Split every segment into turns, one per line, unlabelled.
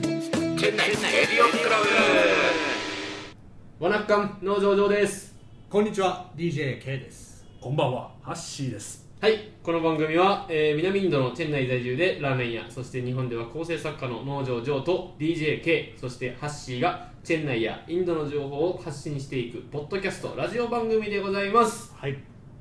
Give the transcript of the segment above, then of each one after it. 店内エリオンクラブわなっかん農場上です
こんにちは DJK です
こんばんは、ハッシーです。
はいこの番組は、えー南インドの店内在住でラーメン屋そして日本では構成作家の農場上と DJK そしてハッシーが店内やインドの情報を発信していくポッドキャストラジオ番組でございます
はい。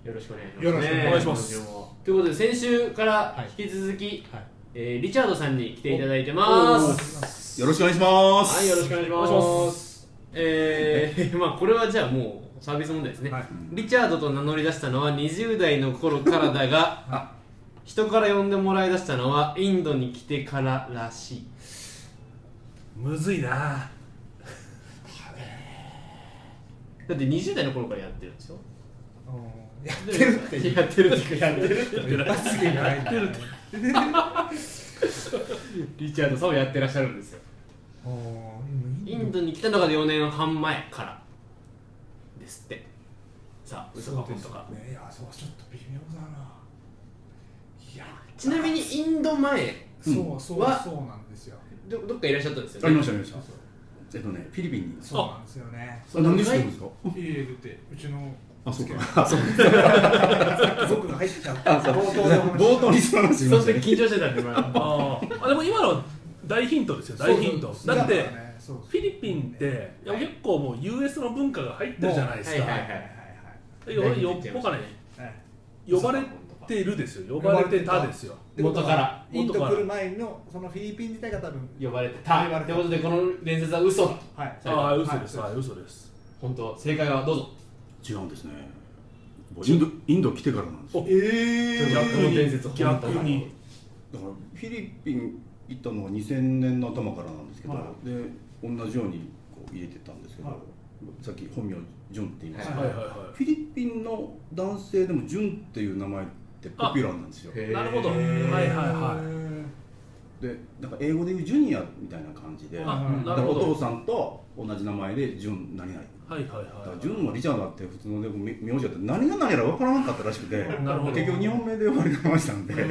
よろしくお願いします、
よろしくお願いします
農場もということで先週から
はい
引き続き、
はい
えーリチャードさんに来ていただいてます
よろしくお願いします。
はい、よろしくお願いします。
お願いし
えー、まあこれはじゃあもうサービス問題ですね。
はい
リチャードと名乗り出したのは20代の頃からだが、人から呼んでもらい出したのはインドに来てかららしい。
むずいな
だって20代の頃からやってるんですよ。
うんやってるっていう
やってるってやってるって
一発芸じゃないんだよね
リチャードさんをやってらっしゃるんですよ。
うん
インドに来たのが4年半前からですって。さあ、嘘か
そう
本
です
当か。
ねいやそうちょっと微妙だないや
ちなみにインド前、
そうそう
は
そうなんですよ
どどっかいらっしゃったんですよ
あ
ね
りました、ありました。えっとね、フィリピンに。
そうなんですよね
あ、何で知ってるんですか。
いえいえだってうちの
あ、そうか。あそうか。
僕が入っちゃった冒頭でお話し
冒頭にその話しま
そ
し
したて
ね。
緊張してたんで、ま だ
あーあでも今の大ヒントですよ、大ヒント。
そうそう
だって、
からねそう
フィリピンって、いや
はい
結構もう US の文化が入ってるじゃないですか。
はいはい
はいはい
だけど俺よ
はい
僕はね、
はいはい
呼ばれてるですよ、呼ばれてたですよ。
元から
インド
元から
来る前のそのフィリピン自体が多分
呼ばれてた
呼ばれ
とい
て
うこ
た
とでこの伝説は嘘だ
はい
ああー、嘘です、
は
はいい、嘘です。
本当正解はどうぞ
違うんですね。インド、インド来てからなんですよ。
お
え
逆
この伝説
に、
本
逆
当だ
に。
だから、フィリピン行ったのが2000年の頭からなんですけど
は、
で、同じようにこう入れてたんですけ
はい
ど。さっき本名ジョンって言いました
はい
け
はい
ど。
は
フィリピンの男性でもジュンっていう名前ってポピュラーなんですよ。
い。なるほど。はい
へー
はいは
で、なんか英語で言うジュニアみたいな感じで。
い。
だか
あ
うん
なる
ら
ほ
お
ど。
父さんと同じ名前でジュン何々。
はいはい
だから
は
純はリチャードだって普通のでも名名字だって何が何やら分からなかったらしくて
なるほど
結局日本名で呼ばれてましたんで
はいい。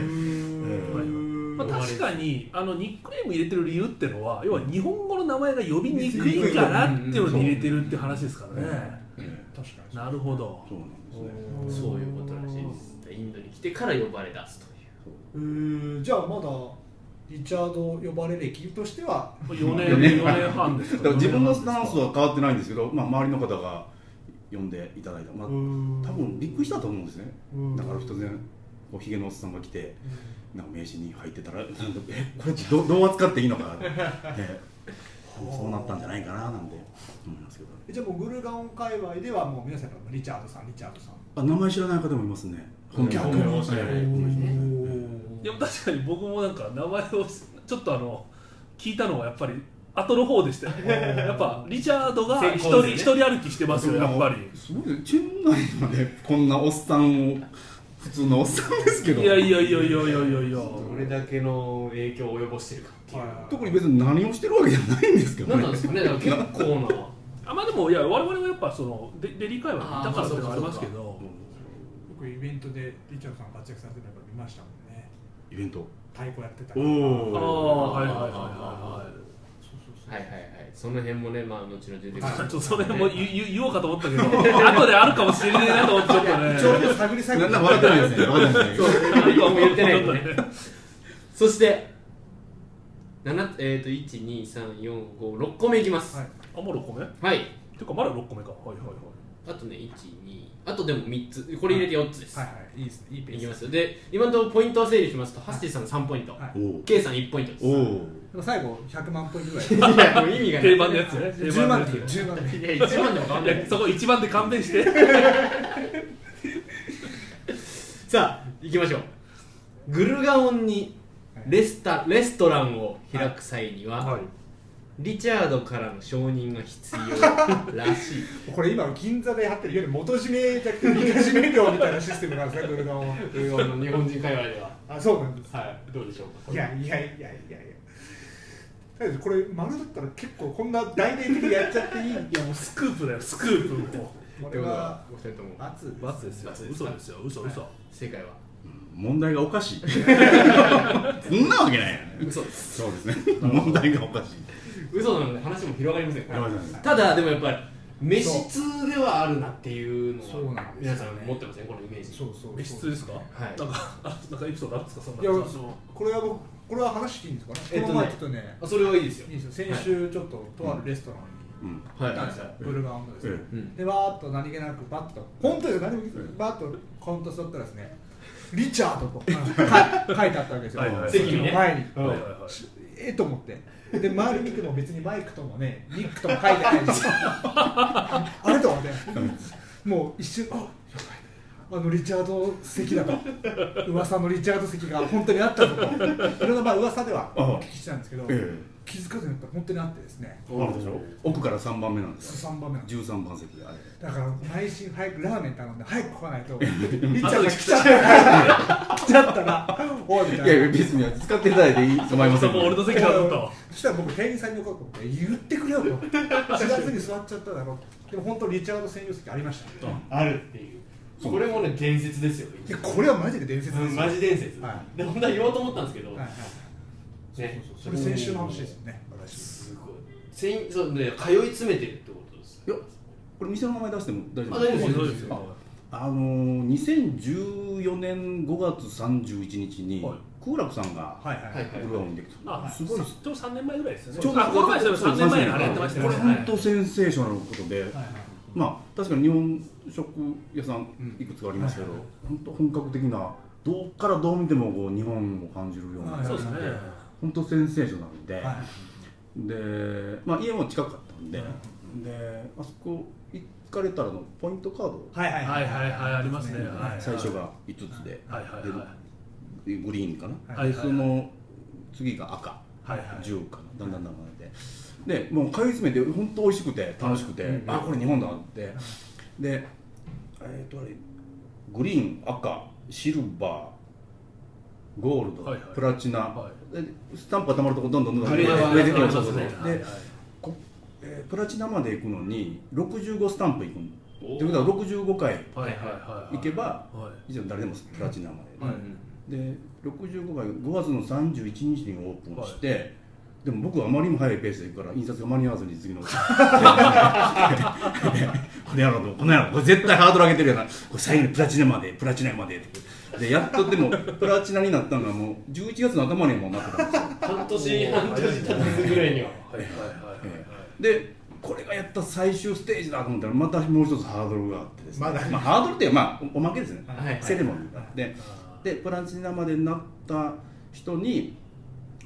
まあ、確かにあのニックネーム入れてる理由ってのは要は日本語の名前が呼びにくいからっていうのに入れてるって話ですからね。
ええ
確かに
なるほど。
そうなんですね
そういうことらしいですインドに来てから呼ばれ出すという
えーじゃあまだリチャード呼ばれ歴としては
4年
四年
4年半です
だから自分のスタンスは変わってないんですけど、まあ、周りの方が呼んでいただいた、まあ、多
多
分びっくりしたと思うんですね
うん
だから突然こうヒゲのおっさんが来てなんか名刺に入ってたらなんかえこれどどう扱っていいの かってそうなったんじゃないかななんて思いますけど
じゃあもうグルガオン界隈ではもう皆さんやっぱリチャードさんリチャードさん
あ名前知らない方もいますね
本名
逆
本名を知らない
ええ本名知らないええ
でも確かに僕もなんか名前をちょっとあの聞いたのはやっぱり後の方でしたよね。 やっぱリチャードが一人一人歩きしてますよやっぱり。
すごいねチェンナイまでこんなおっさんを普通のおっさんですけど
いやいやいやいやいやいやいや。
どれだけの影響を及ぼしてるかっていう
特に別に何をしてるわけじゃないんですけど
何
ね
なんですかねだから 結構な
あまあでもいや我々はやっぱそのデデリー界隈にいたからっていうのはありますけど。
僕イベントでリチャードさん活躍されてるのやっぱ見ましたもんね
イベント
太鼓やってた
お
り
あ
お
あはいはいはいはいはい。
そうそうそう
はいはいはいその辺もねまあ後々出てくる
はい
ちょっとそれも言言言おうかと思ったけど、後であるかもしれないなと思 って、ちょっとね。
ちょうど探り探
な
り
んだ分かってないですね分かってないですね
何かも言ってない
ちょ
の
っ
ね
とね
そして7えっと12345個目いきます
はい
あ、もう6個目て
はい
か、まだ6個目か。はいはいはい。
あとね12あとでも3つこれ入れて4つです
はいはいいいですねいいペ
い
ー
き
ス
ますよで今のところポイントを整理しますと、ハッシーさん3ポイント、
はい
お
K さん1ポイントです
おお
い
お
でも最後100万ポイントぐらい
やもう意味が ない
定番のやつね。定
10
番の
万
や
っていう
つ。
10万っていう
いや1番でも変わんない
いやそこ一番で勘弁して。
さあ行きましょうグルガオンにレスタレストランを開く際には、リチャードからの承認が必要 らしい
これ今の銀座でやってるいわゆる元締めじゃなくて見始め料みたいなシステムなんですねグルガオン
グルガオンの日本人界隈では
あそうなんです
はいどうでしょうか
いやいやいやいやいやだけどこれ丸だったら結構こんな大々的にやっちゃっていい
いや、もうスクープだよ、スクープ。もう
こ
とい
れ
うことは
は
お二人とも
罰です
罰ですよ。嘘ですよ、嘘嘘。
正解は
うん問題がおかしいそんなわけないよね
嘘です
そうですね問題がおかしい
嘘なので話も広がりません
やばいやばい
ただでもやっぱり飯通ではあるなっていうの
そう
は
なんですよね
皆さん持ってませんこのイメージ
そうそう
別室ですか、はいなんか あなんかエピソードあるんですかそんない
や
その
これは僕これは話していいんですかね、
えっとね
この前ちょっとね
あそれはいいですよ
いいですよ先週ちょっととあるレストランに
うん
は
行ったんですよ、ブルガンのですね、でわーっと何気なくバッと本当に何もバッとカウント座ったらですねリチャードとこうか書いてあ ったわけですよ、
はいはい
席にね
前に
うん
はいはいはい
えっと思ってで周り見ても別にマイクともねニックとも書いてないんです よあれと思ってもう一瞬あやばいあのリチャード席だと噂のリチャード席が本当にあったぞといろんなまあ噂ではお聞きしたんですけど、
え
気づかずにやっぱ本当にあってですね
えあるでしょ奥から3番目なんですよ
3番目なんです
13番席であれ
だから内心早くラーメン頼んで早く来ないとりっちゃんが来ちゃった来ちゃったなおいみたいない
やいや別に使っていただいていい構いませ
そ
ん
こ俺の席だったわ
そしたら僕店員さんに怒って言ってくれよと知らずに座っちゃっただろうでも本当リチャード専用席ありましたね
あるっていうこれもね伝説ですよ
いやこれはマジで伝説です
う
よ
んマジ伝説
は
で本当は言おうと思ったんですけど
いはいはい
ね
それ先週の話ですよね
すごい先そうね通い詰めてるってことです
いやこれ店の名前出しても大丈
あ
夫
大丈夫です
そうです
あ
よ
あのー、2014年5月31日に、
はい
空楽さんが
はいはいはい
はい
ブルガンにできた、
あ
すごいです
ちょうど3年前ぐらいですよね
ちょうど
あこの前ですよ3年前のあれやってましたよ
こ
ね
れ本当センセーショナルなことで、
はいはい
まあ確かに日本食屋さん
ん
いくつかありますけど、本当本格的などっからどう見てもこう日本を感じるような、
はい
そうですね
本当センセーショナルで、
はい
で、まあ、家も近かったんで、であそこ行かれたらのポイントカード
はいはい
はいはいはいありますねはい
最初が5つで、
はいはいはい
でグリーンかな、
はいはい
その次が赤、
はいはい
10かなだんだんだんだんででもう通い詰めて本当美味しくて楽しくて、
うん
あこれ日本だってでえっ、とあれグリーン赤シルバーゴールド、
はいはい
プラチナ、
は
でスタンプがたまるとこどんどんどんどん
ありがとうございます
増えてくる
そうですね
はいはい
でこえープラチナまで行くのに65スタンプ行くの
おー
ってことは65回
はいはいはい
行けば
はい
以上誰でもプラチナまで、
はい
で65回5月の31日にオープンして、でも僕はあまりにも早いペースで行くから印刷が間に合わずに次のこれやろうとこのやろうこれ絶対ハードル上げてるやなこれ最後にプラチナまでプラチナまでってでやっとでもプラチナになったのがもう11月の頭にはもうなってたんですよ
半年半年経つぐらいには
はいはいはいはい
ええでこれがやった最終ステージだと思ったらまたもう一つハードルがあってですね
まだ
あ、ハードルっていうかまあおおまけですね、
はい
セレモニーがあってでプラチナまでなった人に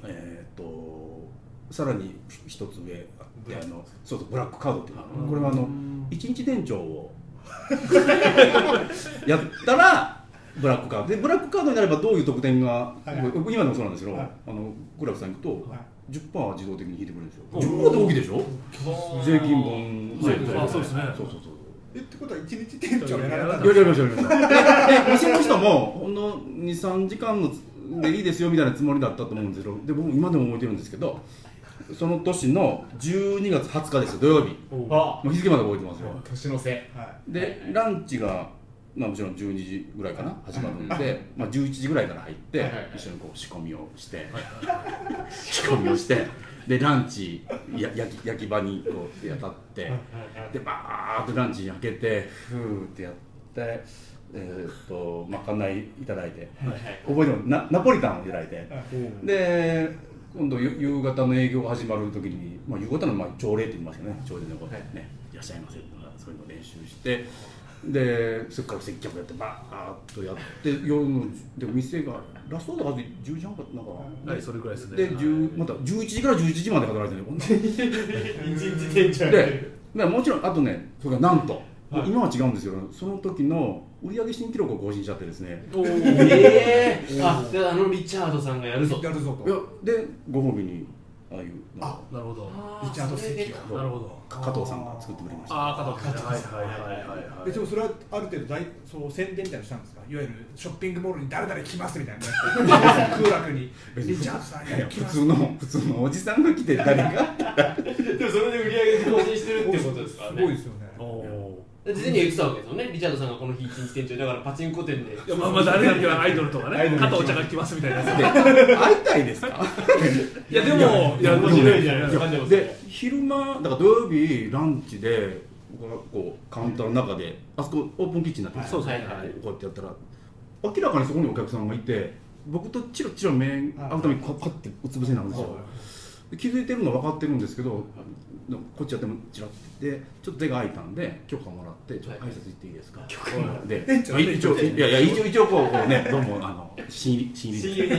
えーっとさらに一つ上あってあのそうそうブラックカードっていうのがあるこれはあの一日店長を やったらブラックカードでブラックカードになればどういう特典が、
いはい
僕今でもそうなんですけど、
はい
あのグラフさん行くと、
はい
10%は自動的に引いてくれるんですよ
お
10%って大きいでしょ税金分
はい
税金
あそうですね
そうそうそう
えってことは一日店長やられたん
や
で
りましたやりましたでで店の人もほんの23時間のつでいいですよみたいなつもりだったと思うんですけどで僕今でも覚えてるんですけどその年の12月20日ですよ土曜日も
あ
う日付まで覚えてますよ
年の瀬
は
でランチが、まあ、もちろん12時ぐらいかな始まるんで、まあ、11時ぐらいから入って、
はいはいはい
一緒にこう仕込みをして、 仕込みをしてでランチや焼き焼き場にこうやたってでバーッとランチ焼けてふーってやってえーっとまかないいただいて
はいはい
覚えてますナナポリタンをいただいて。
うん
で今度ゆ夕方の営業が始まる時に、まあ、夕方のまあ朝礼って言いますよね朝礼のこう、
はい
ねいらっしゃいませとかそういうのを練習してでそっから接客やってバーッとやって夜ので店がラストオーダーが10時半かなんか
はいそれぐらいですね
で10また11時から11時まで働いてるんで
一日店 長やって
で
る
でもちろんあとねそれがなんと、
はい
今は違うんですけどその時の売上新記録を更新しちゃってですね
おー
ええあであのリチャードさんがやるぞ
いやるぞ
いや
と
でご褒美にああいうのを
なるほど
あ
リチャード
それで
席を
ど
なるほど
加藤さんが作ってくれました
ああ加藤君はいはいはいはいはい
えでもそれはある程度大そう宣伝みたいなのしたんですかいわゆるショッピングモールに誰々来ますみ たいな空楽にリチャードさん
いや
が来
普
ます
通の普通のおじさんが来て誰が
でもそれで売り上げで更新してるってことですから
す
ね
ごいですよね
おお
事前には言ってたわけですよねリチャードさんがこの日一日店長だからパチンコ店で
いやまあまあ誰だっけはアイドルとか
アイド
ね
ル
加藤茶が来ますみたいなやつ
で会いたいですか
いやでもいや
面白いじゃないですか
いやで昼間だから土曜日ランチでこうカウンターの中であそこオープンキッチンになってる
そうそう
はいはいこうやってやったら明らかにそこにお客さんがいて僕とチロチロ目合うためにこうパッてうつ伏せになるんですよで気づいてるのは分かってるんですけどでもこっちやってもチラってでちょっと手が空いたんで許可もらってちょっと挨拶行っていいですか、で一応いやいや一応一応こうこうねどうもあ の新入り新入りですで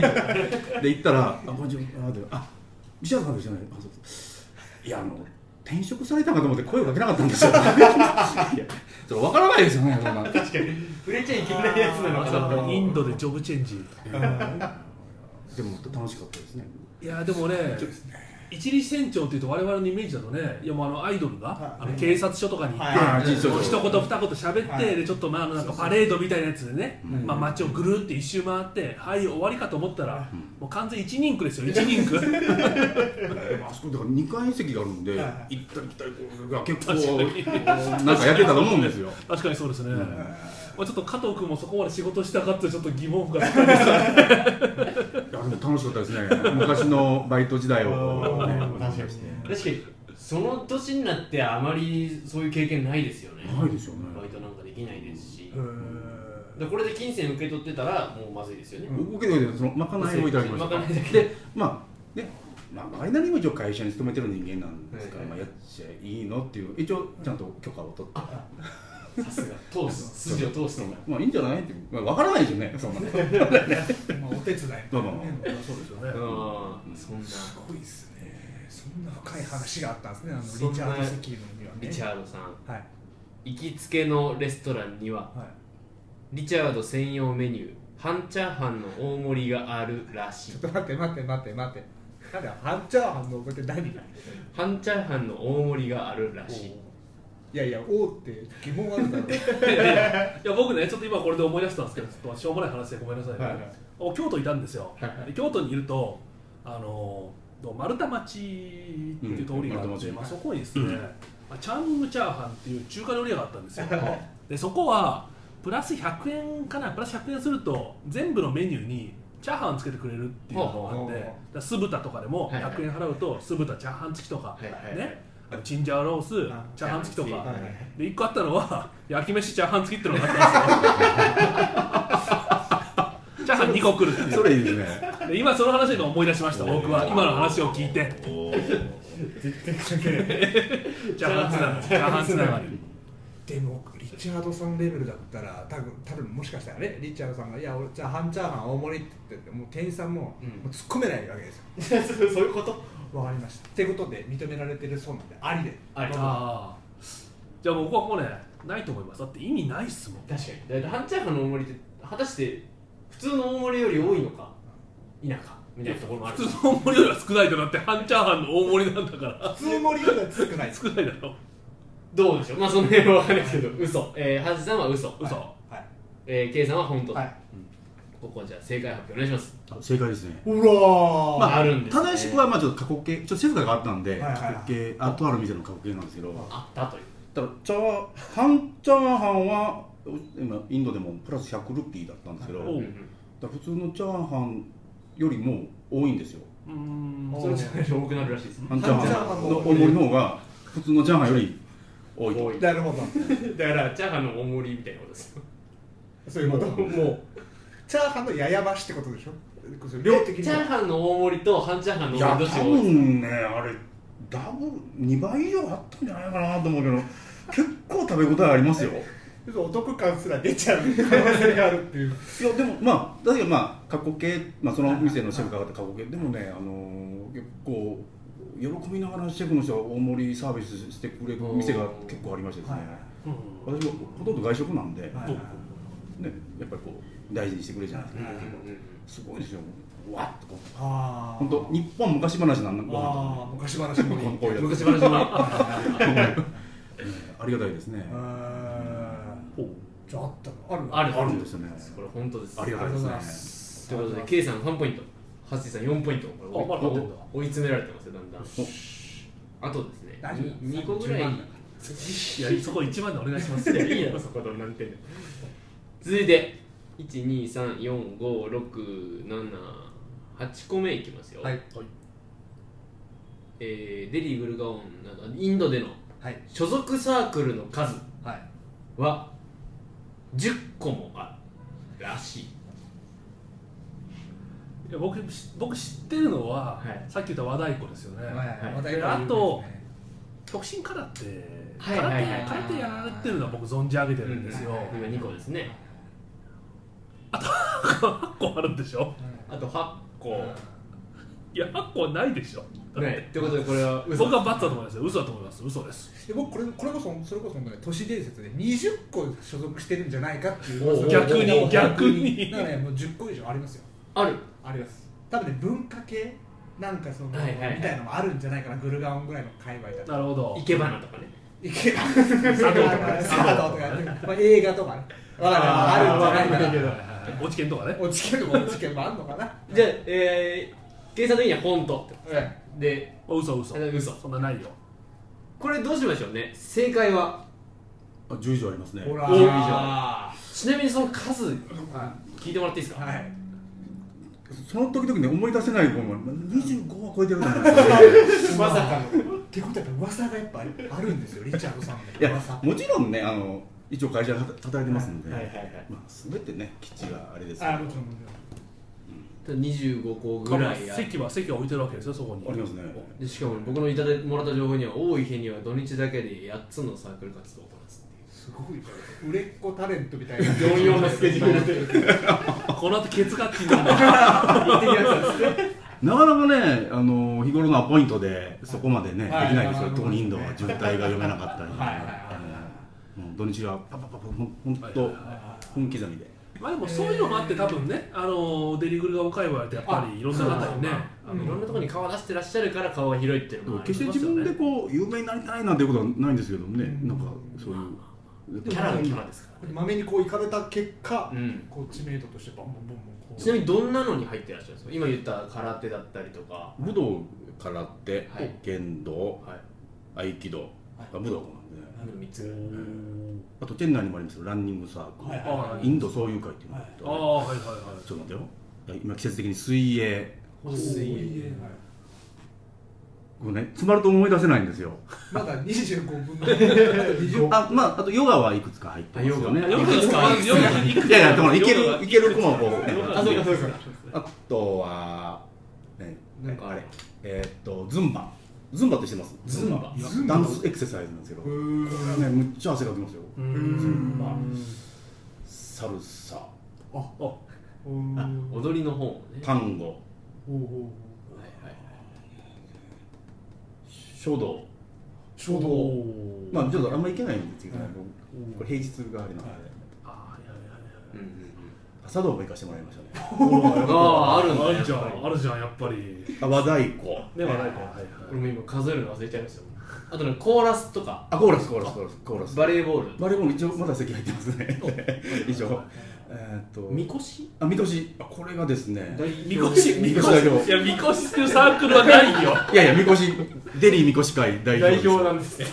行ったら「あこんにちは」って「あビシャーさんですよね」あそうですいやあの転職されたんかと思って声をかけなかったんですよいやそれ分からないですよねそんな
触れちゃいけないやつなの
ま
か
さ
な
かインドでジョブチェンジ
でも楽しかったですね
いやでもね一律船長っていうと我々のイメージだとねいやもうあのアイドルが、
はい
あの警察署とかに行って、
はい
はい
もう一言二言喋って、
はい
でちょっとまああのなんかパレードみたいなやつでね、
うん
まあ、街をぐるって一周回ってはい終わりかと思ったら、
うん
もう完全一人区ですよ一人区
でもあそこだから2階席があるんで
は
行ったり来たりこうが結構なんかやってたと思うんですよ
確かにそうですね、
ん
まあ、ちょっと加藤君もそこまで仕事したかってちょっと疑問が高いです
いやでも楽しかったですね昔のバイト時代をこうね思い出して
確かにその年になってあまりそういう経験ないですよね
ないですよね
バイトなんかできないですし、
うん
でこれで金銭受け取ってたらもうまずいですよね、
動けないでそのまかないをいただきました
まかないだけ
でまあねまあ、マイナリも一応会社に勤めてる人間なんですから、
はい
まあ、やっちゃいいのっていう一応ちゃんと許可を取って、
さすが通す筋を通すのが
まあいいんじゃないって、まあ、分からないですよねそんなの
まあお手伝い
どうも
ね
そうですよ
う
ね
んそんな
すごいですねそんな深い話があったんですねあのリ
そんな
チャード・セキーノにはね
リチャードさん
はい
行きつけのレストランには
はい
リチャード専用メニュー半チャーハンの大盛りがあるらしい
ちょっと待って待って待って待ってなんだよ半チャーハンのおごって何い
半チャーハンの大盛りがあるらしい
やいや「お」って疑問あるだろう
いや僕ねちょっと今これで思い出したんですけどちょっとしょうもない話でごめんなさいね、
はいはい
お京都いたんですよ、
はいはい
で京都にいるとあのどう丸太町っていう通りがあ
うん丸
っ
太
て、
町
まあ、そこにですね、まあチャングチャーハンっていう中華料理屋があったんですよでそこはプラス100円かなプラス100円すると全部のメニューにチャーハンつけてくれるっていうのがあっ
ほうほう
て
ほう
だから酢豚とかでも
はいはい
100円払うと酢豚チャーハン付きとか、
はいはいはい
ねあのチンジャオロース
あ
チャーハン付きとか、
はい
はいはい
で1個あったのは 焼き飯チャーハン付きってのがあった んですよチャーハン2個来るっていう
それいいですね
で今その話が思い出しました僕は今の話を聞いて
おー
チャーハンつながりチャーハンつながり
でもリチャードさんレベルだったら多分多分もしかしたらねリチャードさんが「いや俺じゃあ半チャーハン大盛り」って言ってもう店員さんも,、
うん
もう突っ込めないわけですよ
そういうこと
わかりましたってことで認められてるそうなんでありで
あり
ああじゃあもう僕はここねないと思いますだって意味ないっすもん
確かにだって半チャーハンの大盛りって果たして普通の大盛りより多いのか否かみたいなところもある
普通の大盛りよりは少ないとなって半チャーハンの大盛りなんだから
普通盛りよりは少ない
少ないだろ
どうでしょうまあその辺は分かんないけど嘘えー、ハジさんは嘘
嘘、
はい
えー、K さんは本当、
はい
ここはじゃあ正解発表お願いします
あ正解ですね
ほらー、
まあ、
あるんですね
正しくはまあちょっと過去形ちょっとシェフがあったんで、
いはいはい
過去形あとある店の過去形なんですけど、
あったという
だからチャー半チャーハンは今インドでもプラス100ルピーだったんですけど、
はいおう
うんうん
だから普通のチャーハンよりも多いんですよ
うーん
そのチャーハンより多くなるらしいです
半チャーハンの大盛りの方が普通のチャーハンより多いと
多いだ
なるほど
からチャーハンの大盛りみたいなことです
そういうこと
も
チャーハンのややましってことでしょ量的
う
に
チャー
は
ハンの大盛りと半チャーハンの
い
大
や
盛りどっち
多
が多いですか
分ねあれダブル2倍以上あったんじゃないかなと思うけど結構食べ応えありますよい
ちょっとお得感すら出ちゃう可能性があるっていう
やでもまあだけどまあ過去形、まあ、その店のシェフが上がった過去形でもねあのー結構喜びながらシェフの人が大盛りサービスしてくれる店が結構ありましてですね、
うん
私はほとんど外食なんで、
はい
僕
ね、やっぱりこう大事にしてくれるじゃないです
う
か、
んうんうん
すごいですよわっとこう
あ
本当日本昔話なんだご飯とか
ああ昔話もい
こ
い
ういうやつ
昔話のあ
うんありがたいですね
あ
ほう
ーじゃああったのある
る
の
あるんですよね
これ本当です
ありがたい
ありがとうござい
で
ます
ということで K さん3ポイントハッシーさん4ポイントこれ追い
あまだ勝ってんだ
追い詰められてますよだんだんあとですね
大丈夫
2個ぐらい
10万だか
いやそこ一番でお願いします
いやいいやろそこどんなんてんねん 続いて1234567個目いきますよ、
はい
えーデリー・グルガオンなどインドでの
はい
所属サークルの数
はい
は10個もあるらしい
いや僕し僕知ってるのは、
はい
さっき言った和太鼓ですよね、
はい
話題
で
が
あと
いいですね
極真空手
はい
空
はいはい
手空手やられてるのは僕存じ上げてるんですよ、
うんはい
今2個ですね
8個あるんでしょ
あと8個
いや8個はないでしょ
ないってことでこれは嘘
僕は罰だと思いますよ嘘だと思います嘘です
で僕これこれこそそれこそ本当に都市伝説で20個所属してるんじゃないかっていう
おー
噂
逆に
逆に
だからねもう10個以上ありますよ
ある
あります多分ね文化系なんかその、
はいはいはい
みたいなのもあるんじゃないかなグルガオンぐらいの界隈だと
なるほど
生け花とかね
いけば佐藤とか佐藤とかやってるまあ映画とかねわかんないあるんじゃ
わかん
ないか
ないけど
な
落ち券とかね
落ち券とか落ち券もあるのかな
じゃあ、えー、計算的には本当ってこ
はい
とで
お嘘嘘
あ嘘
そんなないよ
これどうしましょうね正解は
あ10以上ありますね
ほら
多いじゃん
は
ちなみにその数聞いてもらっていいです
い
か、
はい
その時々ね思い出せない子も25は超えてるじゃないですか
まさかのってことはやっぱ噂がやっぱあるんですよリチャードさん
い
の
や
噂
もちろんねあの一応会社で働いてますんで、
はいはいはい
まあ、全てね基地があれですけど
あ
あ
もちろんもち
25個ぐらいある
席は席は置いてるわけですよそこに
りますね
でしかも僕のいただいてもらった情報には多い日には土日だけで8つのサークル活動をこなす
ろんすごいじゃん売れっ子タレントみたいな
44のスケジュールで
この後ケツが気になるんだ
なかなかねあの日頃のアポイントでそこまでね、
はい
できないですよ、
はい
特にインドは渋滞が読めなかったり、
はいはい
あのもう土日はパパパパほんほんと本刻みで
まあでもそういうのもあって多分ねあのデリグルが界隈ってやっぱりいろんな方にね
あのいろんなところに顔出してらっしゃるから顔が広いっていう
で
のも
も
あり
決して自
ますよね
分でこう有名になりたいなんていうことはないんですけどもね、
うん
なんかそういう
キャラがキャラですからね、
まめにこう行かれた結果、
うん
こう知名度としてバンバンバンバンこ
ちなみにどんなのに入ってらっしゃるんですか今言った空手だったりとか
武道空手、
はい
剣道
はい
合気道、あ武道なんでね
あの3つぐらい
あとチェンナイにもありますよランニングサークル、
はい
はいはい
インド総遊会っていうのがあって
ああはいはいはい
ちょっと待ってよ今季節的に水泳
お水泳
こうね詰まると思い出せないんですよ
まだ25分のあと20
あまああとヨガはいくつか入ってますよね
あヨ
よ
ガ
く
いくつか
よくいくつ
いやいやでもいけるいける子もこう
あそうかそうか
あとは、ね、
なんかあ
あ
れ
れえーっとズンバズンバってしてます
ズンバ
ダンスエクササイズなんですけどこれはねむっちゃ汗かきますよ
うーん
まあサルサ
あ
分
あ踊りの方もね
タンゴ
おうおうおう
書道
衝
お
動
ー
まあちょっとあんまいけないんですけどね
はい
これ平日があれなんで
あーはいはいは
うん
いはい
うん
朝道も行かせてもらいましたね
うんあああるんだ
あるじ
や
ゃ
っぱ
んあるじゃんやっぱり
あ和太鼓
ねはないかはい
り
は
俺も今数えるの忘れちゃいましたあとねコーラスとか
あコーラスコーラスコーラスコーラス
バレーボール
バレーボール一応まだ席入ってます ね以上えーっと
みこし
あみこしあこれがですね
いみこしみこし
代表
いやみこしっていうサークルはないよ
いやいやみこしデリーみこし会代表です
なんですね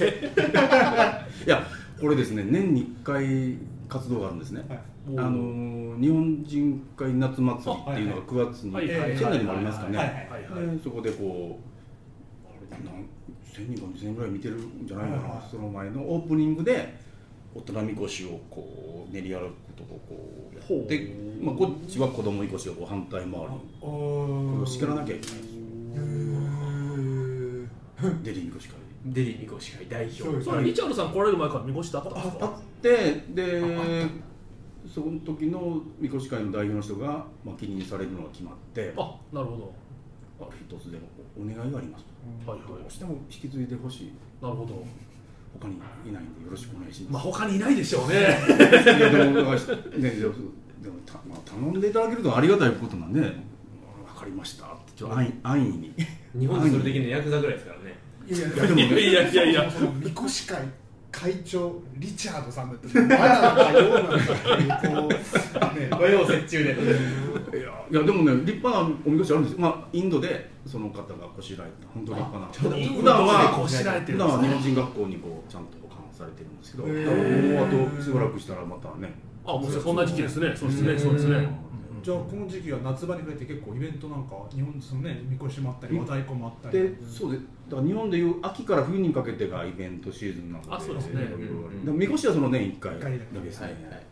いやこれですね年に1回活動があるんですね、
はい
あのー日本人会夏祭りっていうのが9月に
はいはい
チェンナイにもありますかね、
はいはい
はいはい
でそこでこうあれ何1000人か2000人ぐらい見てるんじゃないかな、
はいはい
その前のオープニングで大人みこしをこう練り歩くことをこうやって
ほ、う
まあ、こっちは子供みこしをこう反対回りに
おお
これ
う
を叱らなきゃいけないんですよ
うー
デリーみこし会
デリーみこし会代表
そうです
それリチャードさん来られる前からみこしだったんです
あ
か
ってでその時のみこし会の代表の人が、まあ、記任されるのが決まって
あなるほど
あ一つでもお願いがあります
はい
とど
は
うしても引き継いでほしい
いなるほど
他にいないんでよろしくお願いし
ま
ま
あ
す、
他にいないでしょうね
いやでもだからねでもでもた、まあ、頼んでいただけるとありがたいことなんで分かりましたってちょっと安易安易に
日本でそれできるのヤクザぐらいですからね
いやい
いやでも
いやい
ね
やいやいや
そもそもみこし会会長リチャードさんだってまだなんかようなんだっていうこうね
和洋折衷で
いやいやでもね立派なおみこしあるんですよ、まあ、インドでその方がこしらえた本当に立派な
イン
普
ド
段
は
は
こしらえて
普
るんで
段
す
は日
ね
本人学校にこうちゃんと保管されてるんですけど
へ
も
ー
うあとしばらくしたらまたね
あもうそんな時期ですねそうです
う
ね
ん
そうですね
うん
うん
じゃあこの時期は夏場に増えて結構イベントなんか日本そのねみこしもあったり
うん
和太鼓もあったり
でそうでだから日本でいう秋から冬にかけてがイベントシーズンなので
あそうです
いろ
ね
いろある
うん
でもみこしはその年1回だけですね、
はいはい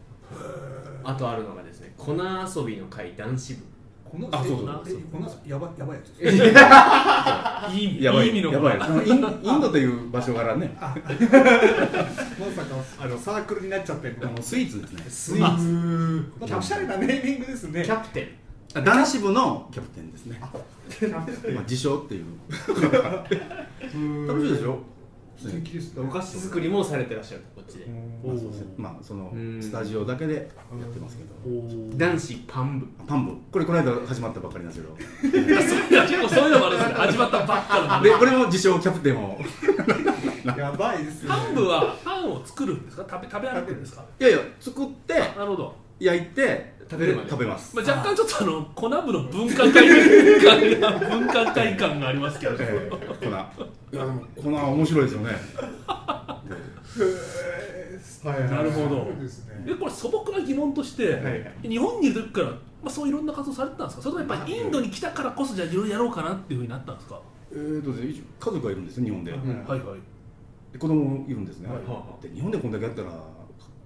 あとあるのがですね粉遊びの会男子部
この
あそうそう
え
そう
このやばやばいやつです
いい意味
やばい
いい意味の
やばいそのインインドという場所からねあ
まさかあのサークルになっちゃってるの
のスイーツですね
スイーツ
またおしゃれなネーミングですね
キャプテン
あ男子部のキャプテンですね、まあ、自称っていう楽しいでしょ
素敵ですね
お菓子作りもされてらっしゃるこっちで
まあそうですねまあその
うん
スタジオだけでやってますけど
おー
男子パン部
パン部これこの間始まったばっかりなんですけど
いや結構 そういうのもあるんですね始まったばっかなんで
でこれも自称キャプテンを
やばいですね
パン部はパンを作るんですか食べ食べ歩くんですか
いやいや作って
なるほど、
焼いて
食べるまで
で食べます
まあ、若干ちょっとあの粉部の文化会 感が文化会感がありますけど
ええ粉いやでも粉は面白いですよね
へーはいはい
なるほど
そうですね
でこれ素朴な疑問として、
はいはい
日本にいる時から、まあ、そういろんな活動されてたんですかそれともやっぱりインドに来たからこそじゃあいろいろやろうかなっていうふうになったんですか、
えーとですね一応家族がいるんですよ日本で
うん
で
はいはい
子供もいるんですね
はい
で日本でこんだけやったら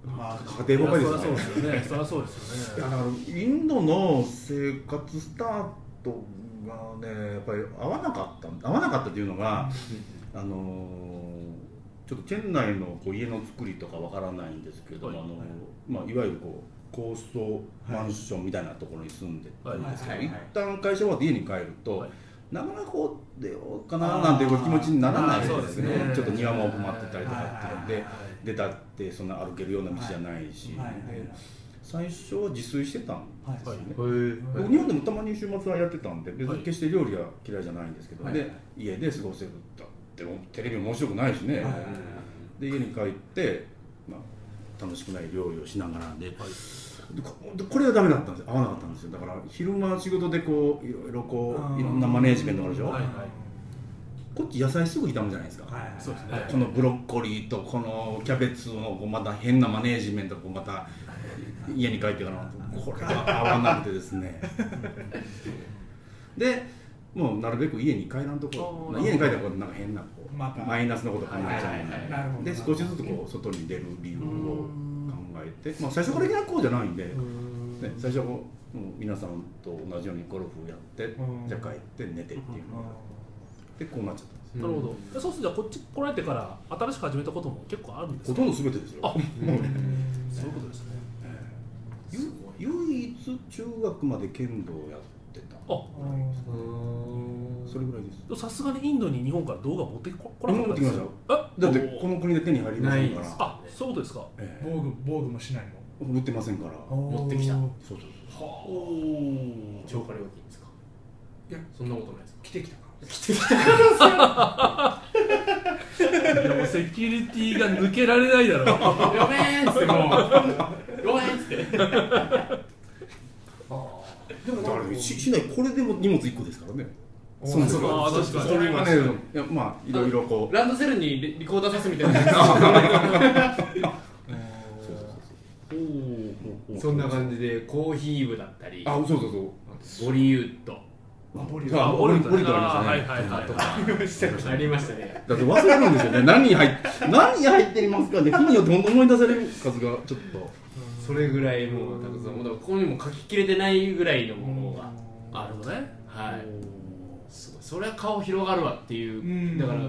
まあ
家庭ばっかり
い
で
や
す
そ
よ
りゃ
ね
そうですよねそりゃそうですよ
いや
ね
だからインドの生活スタートがねやっぱり合わなかった合わなかったというのが、あのーちょっとチェン内のこう家の作りとかわからないんですけど、
はい
いあの
はい
まあ、いわゆるこう高層マンションみたいなところに住んでたんですけど、
はいはいはい
一旦会社終わって家に帰ると、
はい
なかなかこう出ようかななんていう気持ちにならない
あー
ですね
そうですね
ちょっと庭も困ってたりとかっていうので、
はいはい
出たってそんな歩けるような道じゃないし、
はいはいはい
で最初は自炊してたんですよね、
へ
僕日本でもたまに週末はやってたんで別
はい
に決して料理は嫌いじゃないんですけど、
はい
で家で過ごせるだってもテレビも面白くないしね、
はい
で家に帰って、まあ、楽しくない料理をしながらで,で、こでこれはダメだったんですよ合わなかったんですよだから昼間仕事でこういろいろこ
あー
ういろんなマネージメントがあるでしょ、
はいはい
こっち野菜すぐ炒むじゃないですか、
はいはい
そうですね、
このブロッコリーとこのキャベツのこうまた変なマネージメントこうまた家に帰ってからこれは合わなくてですねでもうなるべく家に帰らんとこ
あー
家に帰ったらこうなんか変なこう、
また
マイナスのこと考えちゃ
はいはいは
う
い
ん
なるほど
でで少しずつこう外に出る理由を考えて、まあ、最初から逆こうじゃないんで、
うー
ね、
ん
最初はもう皆さんと同じようにゴルフやって
うん
じゃあ帰って寝てっていうのがでこうなっちゃったんです
うん
なるほどでそうするとじゃあこっち来られてから新しく始めたことも結構あるんです
ほ
か
とんど全てですよ
あ
もう
そういうことですね
ゆ唯一中学まで剣道をやってた
あ
うん
うん
それぐらいです
さすがにインドに日本から動画持ってここ
これ
なか
も
った
持
ん
って
で
きますした
よ
よ
え
だってこの国で手に入りませんか
ない
ら
です
あそういうことですか
ええ
防具防具もしないの
売ってませんから
持ってきた
おー
そうそうそう
は
おー
あ超過料金ですか
いや
そんなことないですか
来てきたか
いやもうセキュリティが抜けられないだろう
やべえんっつってもうやべえんっつって
でも
だからし市内これでも荷物1個ですからね
おー
そうです
そう
よ
か
あー確かに
それがねいやまあいろいろこう
ランドセルにリリコーダー刺すみたいな
そうそうそう
お
おー
そんな感じでコーヒー部だったり
あそうそうそう
ボリウッド
あボリュー
あ
ム
ボリュームボリューム
あー
あり
はいはいはい
ましたね
ありましたね
だって忘れるんですよね何入っ何入っていますかね日によって本当思い出される数がちょっと
それぐらいもうたくさんもうだからここにも書ききれてないぐらいのものが
な
あ
る
る
ほどね
はいすごいそれは顔広がるわっていう
うん
だから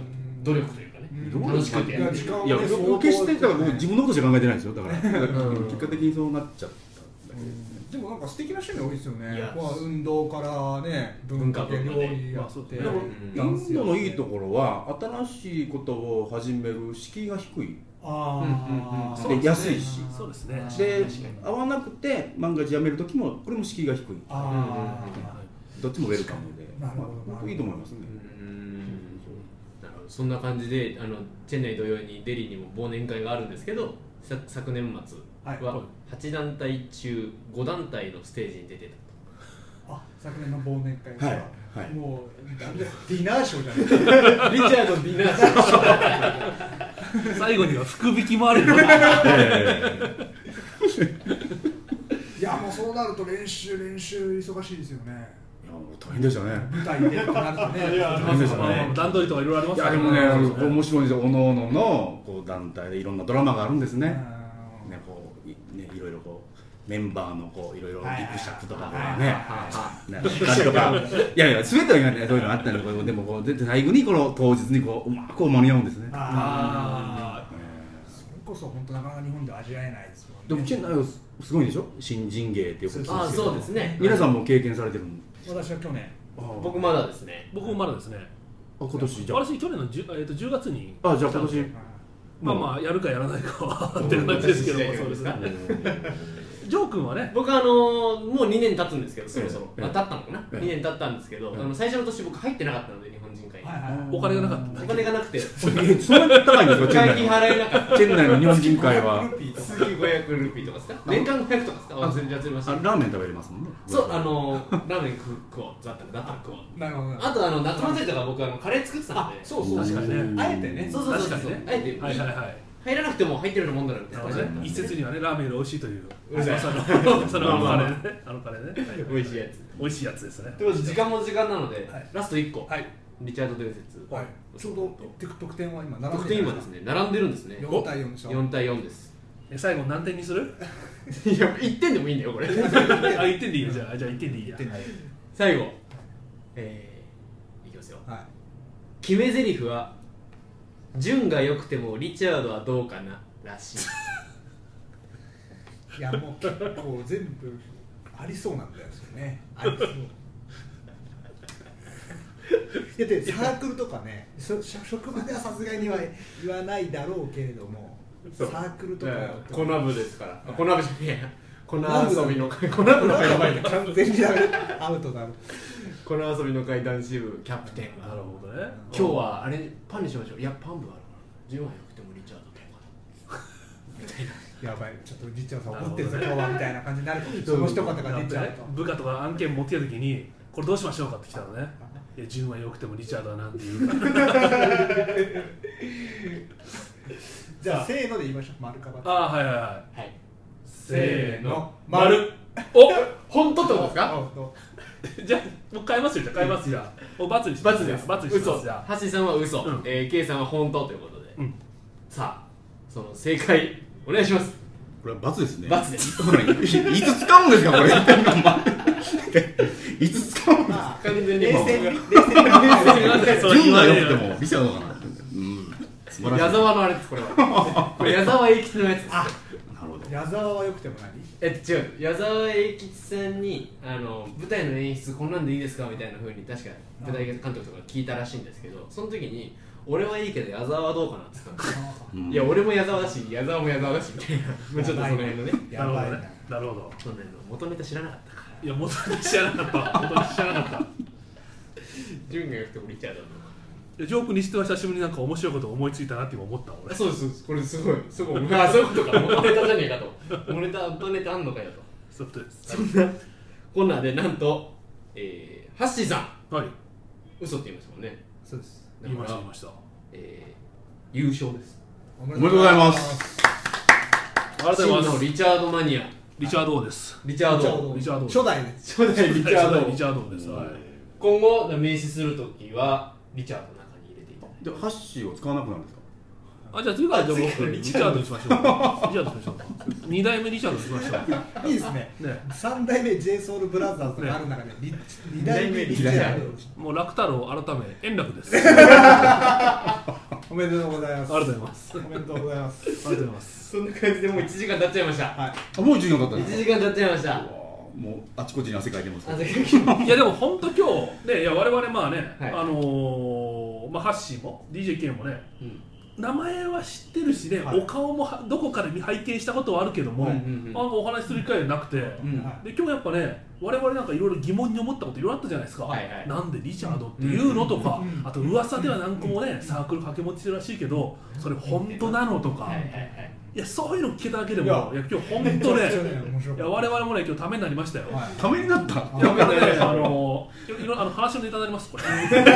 努力というかね
うん
楽しくてやって
時間
る
を
いや、
ね
僕
相当
決してだから僕自分のことしか考えてないんですよだからだから
うん
結果的にそうなっちゃったんだけど
でもなんか素敵な趣味多いですよね
いや
ここは運動からね文化系料理や
まあそう
っ
で
て
すね
インドのいいところは新しいことを始める敷居が低いう
ああ
んうんうんで安いし
そうですね
で
確かに
合わなくて万が一辞める時もこれも敷居が低い
あ
どっちもウェルカムで
なるほど
まあ僕いいと思いますね
うーんなるほどそんな感じであのチェン内同様にデリーにも忘年会があるんですけどさ昨年末
はいは
は8団体中5団体のステージに出てた
あ昨年の忘年会
はいはい
も うなんでディナーショーじゃない
リチャード・ディナーショー
最後には福引きもあるよな
え
いやもうそうなると練習練習忙しいですよね
えいやもう大変でしたね
舞台でってなるとね
大変でした ね
段取りとかいろいろありま
い
す
や
ら
でもね、あの
そうです
面白いんですよ、おのおののこう団体でいろんなドラマがあるんですね、ねこういねいろいろこうメンバーのこういろいろギクシャクとかこうね、ねなんと か、いやいや、すべては言わないそういうのあったんだけど、でもこう、で最後にこの当日にこううまく間に合うんですね。
ああ
え
それこそ本当なかなか日本では味わえないですもんね
ーでも、チェンナイはすすごいんでしょ、新人芸っていうことです
あ
よ
あそうですね
皆さんも経験されてるん
私は去年
僕まだですね
僕もまだですね
あ今年じゃ
私去年の 10,、えー、と10月に
あ、あじゃあ今年、
まあまあやるかやらないかはって感じですけども
うん
そうです
う
ね
ん
ジョー君はね
僕あのーもう2年経つんですけどそろそろ、
ええ
まあ、経ったのかな、
ええ
2年経ったんですけど、
ええ
あの最初の年僕入ってなかったので日本人会に、
はいはい
お金がなかったんだ
お金がなくて
えそんなに高いんですか、チェン
会
ナ
費
イは
払えなかった
チェンナイの日本人会は
ルーピーとか
月500ルーピーとかですか年間500とかですか忘れちゃいまし
あ
た
ラーメン食べれますもんね
そうあのーラーメン食う食おうだったらだったら食おう
なるほどなるほ
あとあの夏祭りとか僕あのカレー作ってたんで
そうそう
確かにね
どあえてね
そうそうそうそう
確かにね
あえて、
はいはいはい
入らなくても入ってるようなもんだなみたい
な
な
るほ
感じ
ど
だったん
ね
で
一
すね
説にはねラーメンより美味しいという
うるさい
噂のそのあのカレーねあのカレーねはい
美味しいやつ
美味しいやつですね
ということで時間も時間なので、
はい
ラスト1個、
はい
リチャード伝説、
はいちょうど得点は今並
得
んで
点
る
今ですね並んでるんですね
4対4でしょ
4対4です
え最後何点にする
いや1点でもいいんだよこれ
あ1点でいいよじゃあじゃあ1点でいいや
点はい
最後えー、いきますよ
は
決め台詞は「純が良くてもリチャードはどうかな」らしい
いいやもう結構全部ありそうなんだよねありそういやでサークルとかねそ職場ではさすがには言わないだろうけれども
そ
サ
う
ークルと
だ
か
から粉部ですからあ粉部じゃねえや粉遊びの会粉
コ
部の会やばいね
完全にダメアウトだろ
粉遊びの会男子部キャプテン
なるほどね
今日はあれパンにしましょういやパン部あるから純は良くてもリチャードはどうかな
やばいちょっとリチャーさん怒ってるぞ今日はみたいな感じになるかもしれないその一言が出ちゃうと
部下とか案件持ってきた時にこれどうしましょうかって来たらねいや純は良くてもリチャードはなんて言うか
じゃあせーので言いましょう丸かば
ああはいはいはい
はい
せ
ー
ー
の
の
丸
お
本当ってことですか
じゃあもう変えますよじゃあ変えますじゃあもう罰にします
罰です
罰にしま
嘘
すじゃあ
ハシさんは嘘、
うん
えー、K さんは本当ということで、
うん
さあその正解お願いします
これは罰ですね
罰です
これいいつ使うんですかこれ言ってんのお前いつ使うんですか
まあ
完全
冷
に
静
もう
に冷静に
なんでそれ
純
言わ
が
れる
良くてもリチャードかなうん素晴らしい
矢沢のあれですこれ はこれ矢沢永吉のやつです
なるほど
矢沢はよくても何
えっと違う矢沢永吉さんにあの舞台の演出こんなんでいいですかみたいなふうに確か舞台監督とか聞いたらしいんですけどその時に俺はいいけど矢沢はどうかなって言ったの
うん
いや俺も矢沢だし矢沢も矢沢だしみた いなもうちょっとその辺のね
な
や
るほ
ば
ど
いな
ねなるほど
その辺の元ネタ知らなかったから
いや元に知らなかった元に知らなかった
順が良くてもリチャードの
いやジョークにしては久しぶりになんか面白いこと思いついたなって今思った俺
そうですそうですこれすごいすごい あそういうことか元ネタじゃねえかと元ネタ元ネタあんのかよと
そうです
そんなこんなんでなんと、えー、ハッシーさん
はい
嘘って言いましたもんね
そうです
だ
言い
か
ました
ら
言いました
えー、優勝です
おめ
おめでとうございます
ありがとうござい
真
ま
の
す
リチャードマニア
リチャード王です
リチャー
ちょうど
ド
リチャード
初代です
初代リチャード
リチャード王ですはい
今後名刺するときはリチャードの中に入れていただいて
でハッシーを使わなくなるんですか
あじゃあ次からじゃあ
次から
僕
リ
リ
チ
チ
ャ
ャ
ー
ー
ド
ドにしま しょうリチャードにしましょう2代目リチャードにしましょ
いいですね
うね
三代目 j ソ o ルブラザーズがある中でリ二代目リチャード
もう楽太郎改め円楽 ですありが
おめでとうございます
とうございます
おめでとうございます
ありがとうございます
そんな感じでもう1時間経っちゃいました
はい
あもう1時間経ったん
1
です
時
か
間経っちゃいました
う わーもうあちこちに汗かいてますけ
あ
ど
じゃあ
いやでも本当今日ねいや我々まあね、
はい
あのーまあハッシーも DJK もね
うん
名前は知ってるしね、
はい
お顔もはどこかで見拝見したことはあるけど
う
も、
んうんうん
なんかお話しする機会なくて、
うん
は
で今日やっぱね我々なんかいろいろ疑問に思ったこといろいろあったじゃないですか、
はいはい
なんでリチャードっていうのとか、
うん
あと噂では何個もね、サークル掛け持ちしてるらしいけどそれ本当なのとか、
はいはいはい
いやそういうの聞けただけでもい
いや
や今日本当
めちゃくちゃ
ね
ね面白
い
か
や
った
我々もね今日ためになりましたよ、
はい
ためになった
いやなんかね、あのいろいろあの話のネタになりますこれ。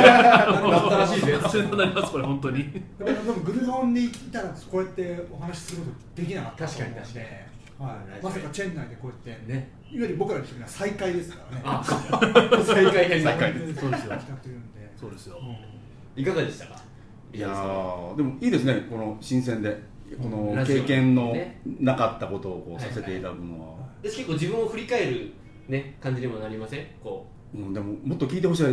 なったらしいぜ
話のネタになりますこれ本当に。
でもでもグルゾンに来たらこうやってお話しすることできなかったと思うんで
確かに
はい、まさかチェン内でこうやって、ね、
ね
いわゆる僕らにしてみれば最下位ですからね
あ再開編だ
再開
です
そうですよ
来たというんで
そうですよ。
いかがでしたか
いやーでもいいですねこの新鮮でこ
うん
の
ラジオ
経験の
ね
なかったことをこうさせていただくのは、
で結構自分を振り返る、ね、感じにもなりませんこ
うん、でももっと聞いてほしい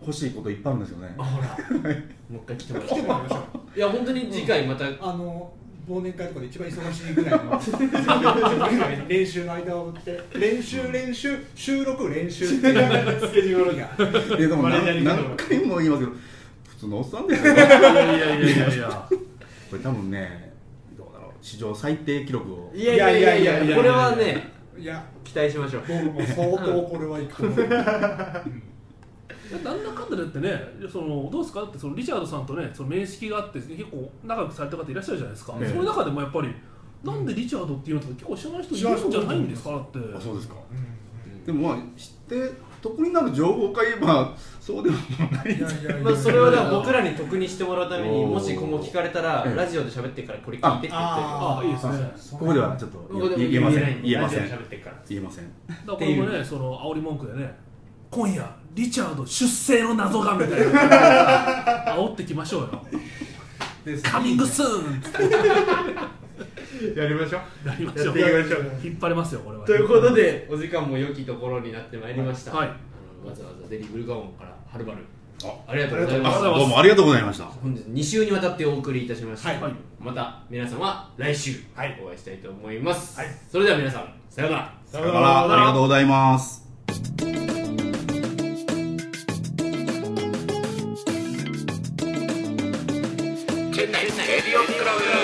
欲しいこといっぱいあるんですよね
うあほらもう一回来てもら
来てもらいましょう
ういや本当に次回また、
あの忘年会とかで一番忙しいぐらいの練習の間を追って練習練習収録練習っていうスケジュールが
いやでも
マネージ
何
ャーに
何回も言いますけど普通のおっさんだよね
いやいやいやいや。
これ多分ねどうだろう史上最低記録を
いやいやいやい
いや
や
いやいやいや
これはね
いや
期待しましょう
もうもう相当これはいくと思う
なんだかんだだってね、そのどうですかだってそのリチャードさんとね、その面識があって結構仲良くされた方いらっしゃるじゃないですか。
ええ
その中でもやっぱりなんでリチャードっていうのとか結構知らない人いるんじゃないんですかだって。
あそうですか
うん
でもまあ知って得になる情報か言えばそうでもない
いやいやいや
まあ、それはだから僕らに得にしてもらうために
おー
もし今後聞かれたら
ええ
ラジオで喋ってからこれ聞いてって言って
あ
あいいですね。
ここではちょっと
ここでも
言えませ
ない
ん言えませ
ラジオ
ん
で喋ってから
言えません
だからこれもね、その煽り文句でね、今夜、リチャード出生の謎がみたい な、煽ってきましょうよ、カミングスーンって
やりましょ
なりましょう、
やっていきましょう
引っ張れますよ、これは。
ということでお時間も良きところになってまいりました、
はい
あのわざわざデリブルガオンからはるばる
あ
ありがとうござい
あり
ま
が
す
とうございます
どうもありがとうございました
本日2週にわたってお送りいたしました、
はい
また皆さんは来週お会いしたいと思います、
はい
それでは皆さんさようなら
さよならありがとうございます
チェンナイエディオンクラブ